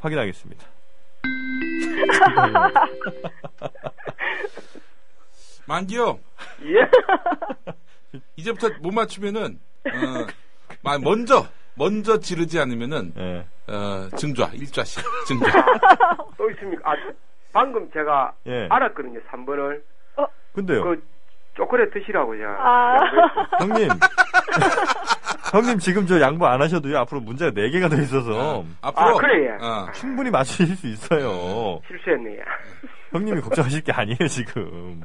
S1: 확인하겠습니다.
S3: 만기요.
S4: 예.
S3: 이제부터 못 맞추면은 어, 마- 먼저 먼저 지르지 않으면은
S1: 예.
S3: 어, 증좌 일좌씩 증좌.
S4: 또 있습니까? 아, 방금 제가
S1: 예.
S4: 알았거든요. 3번을.
S1: 근데요.
S4: 그 초콜릿 드시라고 제가.
S2: 아,
S1: 형님. 형님 지금 저 양보 안 하셔도요. 앞으로 문제가 4개가 더 있어서
S3: 앞으로
S4: 아, 그래, 예.
S3: 어,
S1: 충분히 맞추실 수 있어요.
S4: 실수했네요.
S1: 음. 형님이 걱정하실 게 아니에요, 지금.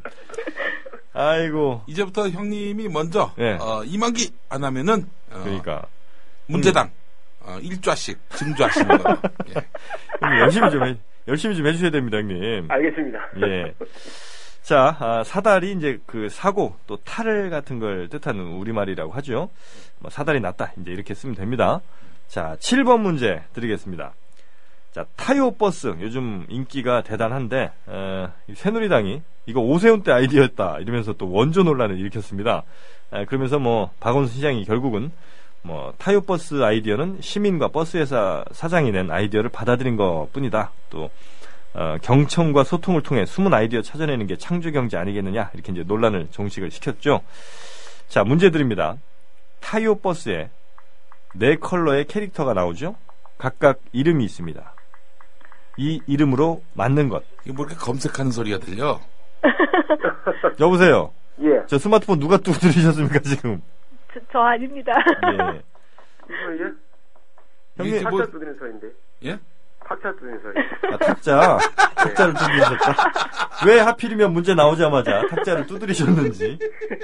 S1: 아이고.
S3: 이제부터 형님이 먼저
S1: 예.
S3: 어, 이만기 안 하면은 어,
S1: 그러니까 음.
S3: 문제당 어, 일좌씩 증좌씩. 먹어요. 예.
S1: 형님 열심히 좀 해, 열심히 좀 해주셔야 됩니다, 형님.
S4: 알겠습니다.
S1: 예. 자, 아, 사달이 이제 그 사고 또 탈 같은 걸 뜻하는 우리말이라고 하죠. 뭐 사달이 났다. 이제 이렇게 쓰면 됩니다. 자, 7번 문제 드리겠습니다. 자, 타요 버스. 요즘 인기가 대단한데, 어, 이 새누리당이 이거 오세훈 때 아이디어였다. 이러면서 또 원조 논란을 일으켰습니다. 아, 그러면서 뭐, 박원순 시장이 결국은 뭐, 타요 버스 아이디어는 시민과 버스회사 사장이 낸 아이디어를 받아들인 것 뿐이다. 또, 어, 경청과 소통을 통해 숨은 아이디어 찾아내는 게 창조 경제 아니겠느냐 이렇게 이제 논란을 종식을 시켰죠. 자 문제 드립니다. 타이오 버스에 네 컬러의 캐릭터가 나오죠. 각각 이름이 있습니다. 이 이름으로 맞는 것.
S3: 이게 뭐 이렇게 검색하는 소리가 들려?
S1: 여보세요.
S4: 예.
S1: 저 스마트폰 누가 뚜고 들으셨습니까 지금?
S2: 저, 저 아닙니다.
S1: 예.
S4: 이거 이제
S1: 형님,
S3: 이게
S4: 탁자
S3: 뭐
S4: 두드리는 소리인데.
S3: 예?
S4: 탁자 두드리는 소리.
S1: 아, 탁자 탁자를 두드리셨다. 왜 하필이면 문제 나오자마자 탁자를 두드리셨는지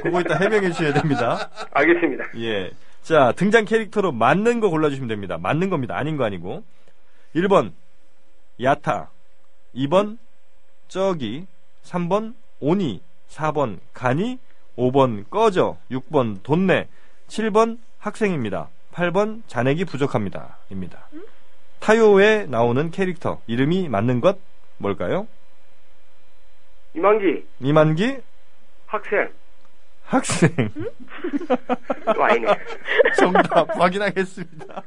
S1: 그거 이따 해명해 주셔야 됩니다.
S4: 알겠습니다.
S1: 예. 자, 등장 캐릭터로 맞는 거 골라주시면 됩니다. 맞는 겁니다. 아닌 거 아니고. 1번, 야타. 2번, 저기. 3번, 오니. 4번, 가니. 5번, 꺼져. 6번, 돈내. 7번, 학생입니다. 8번, 잔액이 부족합니다. 입니다. 타요에 나오는 캐릭터. 이름이 맞는 것 뭘까요?
S4: 이만기
S1: 이만기,
S4: 학생
S1: 학생.
S4: 와인이.
S1: 정답 확인하겠습니다.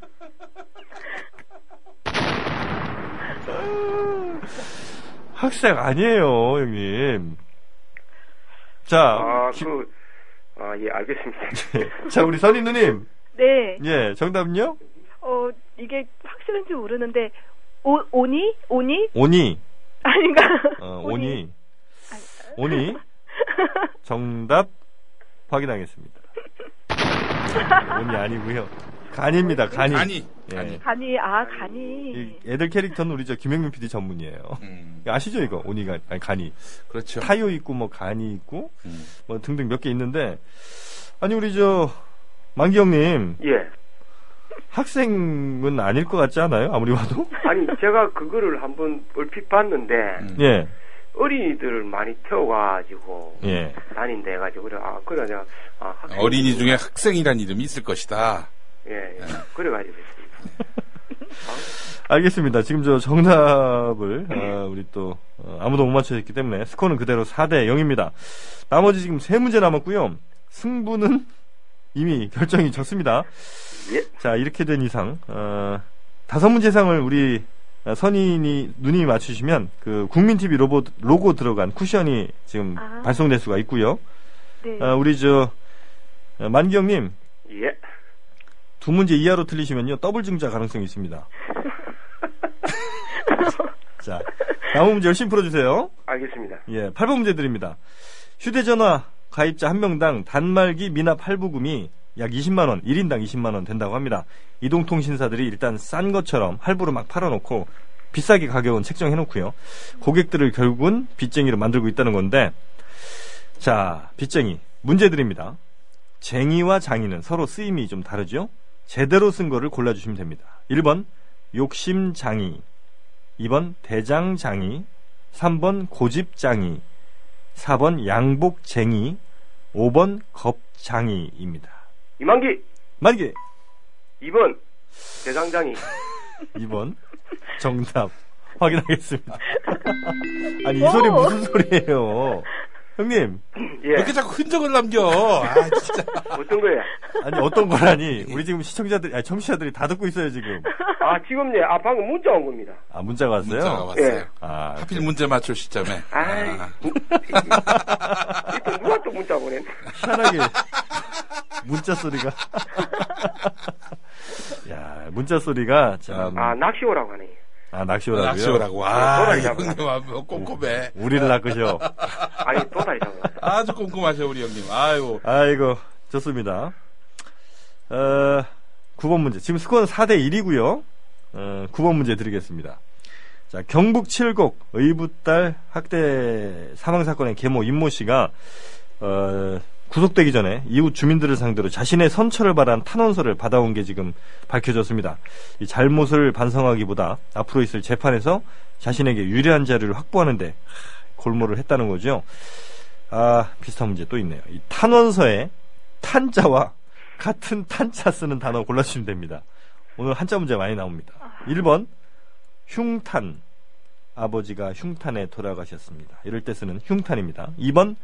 S1: 학생 아니에요, 형님. 자,
S4: 아, 그, 아, 예, 알겠습니다.
S1: 자 우리 선희 누님.
S2: 네.
S1: 예, 정답은요?
S2: 어, 이게 확실한지 모르는데 오, 오니? 오니?
S1: 오니.
S2: 아닌가?
S1: 어, 오니. 오니. 정답 확인하겠습니다. 오니 아니고요. 간입니다. 간이.
S3: 아니.
S1: 예.
S3: 아니.
S2: 간이 아,
S1: 이
S2: 간이.
S1: 애들 캐릭터는 우리 저 김영민 PD 전문이에요.
S3: 음,
S1: 아시죠 이거 오니가 아니 간이
S3: 그렇죠.
S1: 타요 있고 뭐 간이 있고
S3: 음.
S1: 뭐 등등 몇 개 있는데 아니 우리 저 만기 형님
S4: 예.
S1: 학생은 아닐 것 같지 않아요 아무리 봐도
S4: 아니, 제가 그거를 한번 얼핏 봤는데,
S3: 음.
S1: 예예
S4: 어린이들을 많이 태워가지고,
S1: 예.
S4: 다닌다 해가지고, 그래, 아, 그래, 내가, 아, 학생.
S3: 어린이 네. 중에 학생이란 이름이 있을 것이다.
S4: 예, 예. 그래가지고 했습니다.
S1: 알겠습니다 지금 저 정답을 아, 우리 또 어, 아무도 못 맞춰졌기 때문에 스코어는 그대로 4대 0입니다 나머지 지금 세 문제 남았고요 승부는 이미 결정이 졌습니다
S4: 예.
S1: 자 이렇게 된 이상 어, 다섯 문제 이상을 우리 어, 선인이 누님이 맞추시면 그 국민 TV 로봇 로고 들어간 쿠션이 지금
S2: 아.
S1: 발송될 수가 있고요.
S2: 네.
S1: 어, 우리 저 어, 만기영님
S4: 예.
S1: 두 문제 이하로 틀리시면요 더블 증자 가능성이 있습니다. 자 남은 문제 열심히 풀어주세요.
S4: 알겠습니다.
S1: 예, 8번 문제 드립니다. 휴대전화 가입자 한 명당 단말기 미납 할부금이 약 20만 원, 1인당 20만 원 된다고 합니다. 이동통신사들이 일단 싼 것처럼 할부로 막 팔아놓고 비싸게 가격은 책정해놓고요. 고객들을 결국은 빚쟁이로 만들고 있다는 건데, 자, 빚쟁이 문제 드립니다. 쟁의와 장의는 서로 쓰임이 좀 다르죠? 제대로 쓴 거를 골라주시면 됩니다. 1번 욕심장의 2번 대장장의 3번 고집장의 4번 양복쟁이 5번 겁장의입니다.
S4: 이만기
S1: 만개
S4: 2번 대장장이
S1: 2번 정답 확인하겠습니다. 아니 이 소리 무슨 소리예요? 형님
S3: 왜
S4: 예
S3: 이렇게 자꾸 흔적을 남겨? 아, 진짜.
S4: 어떤 거예요?
S1: 아니 어떤 거라니 우리 지금 시청자들 아니 청취자들이 다 듣고 있어요 지금
S4: 아 지금 예아 방금 문자 온 겁니다.
S1: 아 문자가 왔어요
S3: 문자가 왔어요.
S4: 예.
S1: 아
S3: 하필 문제 맞출 시점에.
S4: 아이,
S3: 아,
S4: 이또 누가 또 문자 보냈네.
S1: 희한하게 문자 소리가 야 문자 소리가 참
S4: 아
S1: 아,
S4: 낚시 오라고 하네.
S1: 낚시오라고요
S3: 낚시 오라고. 와,
S4: 도라지
S3: 형님,
S4: 잡으라.
S3: 아, 뭐 꼼꼼해.
S1: 우리를 낚으셔
S4: 아니 도다리 잡아.
S3: 아주 꼼꼼하셔, 우리 형님. 아유.
S1: 아이고 좋습니다 어, 9번 문제 지금 스코어는 4대 1이고요 어, 9번 문제 드리겠습니다 자 경북 칠곡 의붓딸 학대 사망 사건의 계모 임모 씨가 어, 구속되기 전에 이웃 주민들을 상대로 자신의 선처를 바란 탄원서를 받아온 게 지금 밝혀졌습니다. 이 잘못을 반성하기보다 앞으로 있을 재판에서 자신에게 유리한 자료를 확보하는데 골몰을 했다는 거죠. 아, 비슷한 문제 또 있네요. 이 탄원서에 탄자와 같은 탄자 쓰는 단어 골라주시면 됩니다. 오늘 한자 문제 많이 나옵니다. 1번, 흉탄. 아버지가 흉탄에 돌아가셨습니다. 이럴 때 쓰는 흉탄입니다. 2번,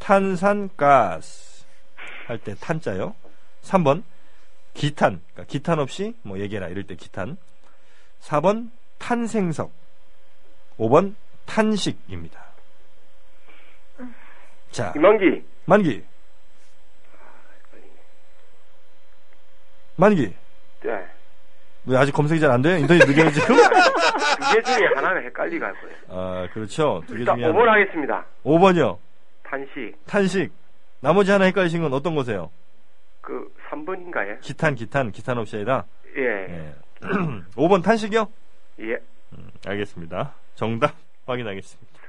S1: 탄산가스 할 때 탄자요. 3번 기탄. 그러니까 기탄 없이 뭐 얘기해라 이럴 때 기탄. 4번 탄생석. 5번 탄식입니다. 자,
S4: 이만기
S1: 만기. 만기.
S4: 예
S1: 왜 아직 검색이 잘 안 돼요? 인터넷 느려요 지금?
S4: 두개 중에 하나가 헷갈리가 할 거예요.
S1: 아, 그렇죠. 두개
S4: 일단
S1: 중에
S4: 5번 그러니까 하겠습니다.
S1: 5번이요.
S4: 탄식
S1: 탄식. 나머지 하나 헷갈리신 건 어떤 거세요?
S4: 그 3번인가요?
S1: 기탄, 기탄, 기탄 없이 아니라
S4: 예.
S1: 예. 5번 탄식이요? 음,
S4: 예.
S1: 알겠습니다. 정답 확인하겠습니다.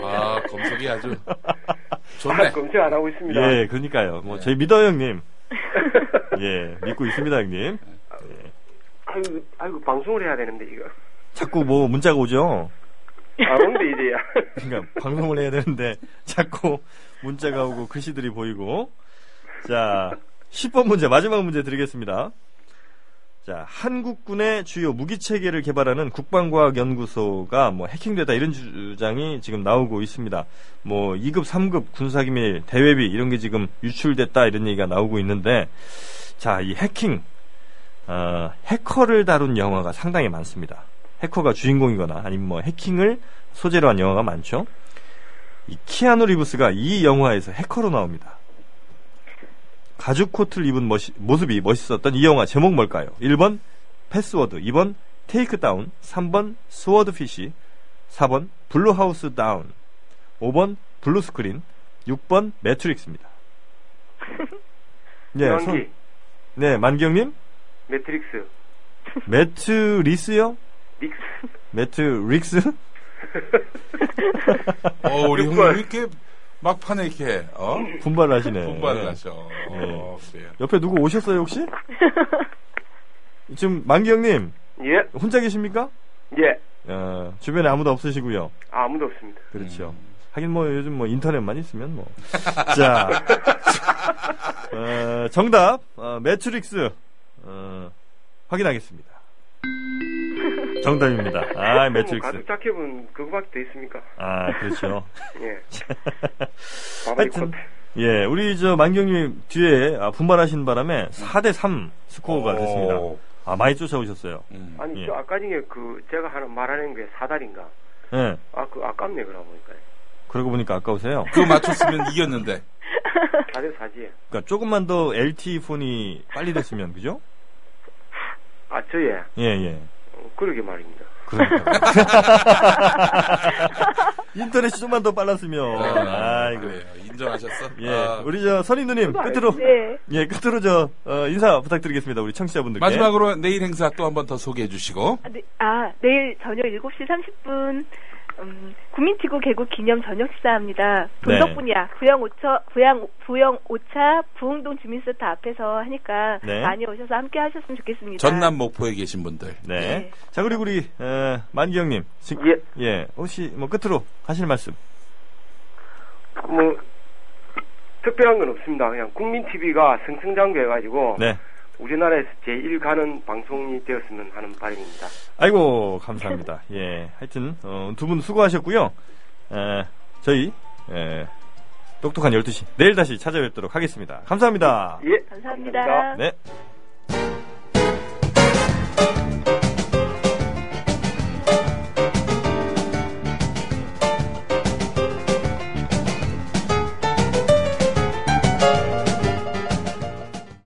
S3: 와, 아, 검색이 아주
S4: 아,
S3: 좋네.
S4: 검색 안 하고 있습니다.
S1: 예, 그러니까요. 뭐 저희 믿어요, 형님. 예, 믿고 있습니다, 형님.
S4: 아이고, 아이고, 방송을 해야 되는데, 이거.
S1: 자꾸 뭐 문자가 오죠.
S4: 아, 근데 이제,
S1: 그러니까 방송을 해야 되는데 자꾸 문자가 오고 글씨들이 보이고. 자, 10번 문제 마지막 문제 드리겠습니다. 자, 한국군의 주요 무기 체계를 개발하는 국방과학연구소가 뭐 해킹되다 이런 주장이 지금 나오고 있습니다. 뭐 2급, 3급 군사기밀, 대외비 이런 게 지금 유출됐다 이런 얘기가 나오고 있는데 자, 이 해킹 어, 해커를 다룬 영화가 상당히 많습니다. 해커가 주인공이거나 아니면 뭐 해킹을 소재로 한 영화가 많죠. 이 키아누 리브스가 이 영화에서 해커로 나옵니다. 가죽 코트를 입은 멋이- 모습이 멋있었던 이 영화 제목 뭘까요? 1번 패스워드, 2번 테이크 다운, 3번 스워드 피시, 4번 블루하우스 다운, 5번 블루 스크린, 6번 매트릭스입니다. 예,
S4: 연기,
S1: 손- 네, 만경님?
S4: 매트릭스,
S1: 매트리스요?
S4: 닉스,
S1: 매트릭스?
S3: 어, 우리
S4: 육
S3: 형님
S4: 번.
S3: 왜 이렇게 막판에 이렇게, 어?
S1: 분발을 하시네. 네.
S3: 분발을 하셔. 어, 그래요.
S1: 옆에 누구 오셨어요, 혹시? 지금 만기 형님
S4: 예,
S1: 혼자 계십니까?
S4: 예.
S1: 어, 주변에 아무도 없으시고요.
S4: 아, 아무도 없습니다.
S1: 그렇죠.
S3: 음.
S1: 하긴 뭐 요즘 뭐 인터넷만 있으면 뭐. 자, 어, 정답 어, 매트릭스 어, 확인하겠습니다. 정답입니다. 아,
S4: 뭐
S1: 매트릭스.
S4: 가죽 자켓은 그거밖에 더 있습니까?
S1: 아, 그렇죠.
S4: 예. 바바리
S1: 하여튼
S4: 코트.
S1: 예, 우리 저 만경님 뒤에 아, 분발하신 바람에 4대 3 스코어가
S3: 오.
S1: 됐습니다. 아, 많이 쫓아오셨어요.
S3: 음.
S4: 아니,
S1: 예.
S4: 저 아까 전에 그, 제가 하나 말하는 게 사다리인가?
S1: 예.
S4: 아, 그, 아깝네, 그러고 보니까.
S1: 그러고 보니까 아까우세요.
S3: 그거 맞췄으면 이겼는데.
S4: 4대 4지.
S1: 그러니까 조금만 더 LTE 폰이 빨리 됐으면 그죠?
S4: 아, 저 예.
S1: 예, 예.
S4: 어, 그러게 말입니다.
S1: 그러니까. 인터넷이 좀만 더 빨랐으면. 어, 아이고.
S3: 그래요. 인정하셨어?
S1: 예.
S3: 네. 아,
S1: 우리 저 선인 누님 끝으로
S2: 네.
S1: 예, 끝으로 저 어, 인사 부탁드리겠습니다. 우리 청취자분들께.
S3: 마지막으로 내일 행사 또 한 번 더 소개해 주시고.
S2: 아, 네. 아, 내일 저녁 7시 30분 음, 국민치구 개국 기념 저녁 식사합니다.
S1: 네.
S2: 동덕분이야. 부영 오차 부양 부영 오차 부흥동 주민센터 앞에서 하니까
S1: 네.
S2: 많이 오셔서 함께 하셨으면 좋겠습니다.
S3: 전남 목포에 계신 분들.
S1: 네.
S2: 네.
S1: 자 그리고 우리 에, 만기 형님. 지-
S4: 예.
S1: 예. 혹시 뭐 끝으로 하실 말씀?
S4: 뭐 특별한 건 없습니다. 그냥 국민 TV가 승승장구해가지고
S1: 네.
S4: 우리나라에서 제일 가는 방송이 되었으면 하는 바람입니다.
S1: 아이고 감사합니다. 예. 하여튼 두 분 수고하셨고요. 에, 저희 에, 똑똑한 12시 내일 다시 찾아뵙도록 하겠습니다. 감사합니다.
S4: 예,
S2: 감사합니다.
S1: 네.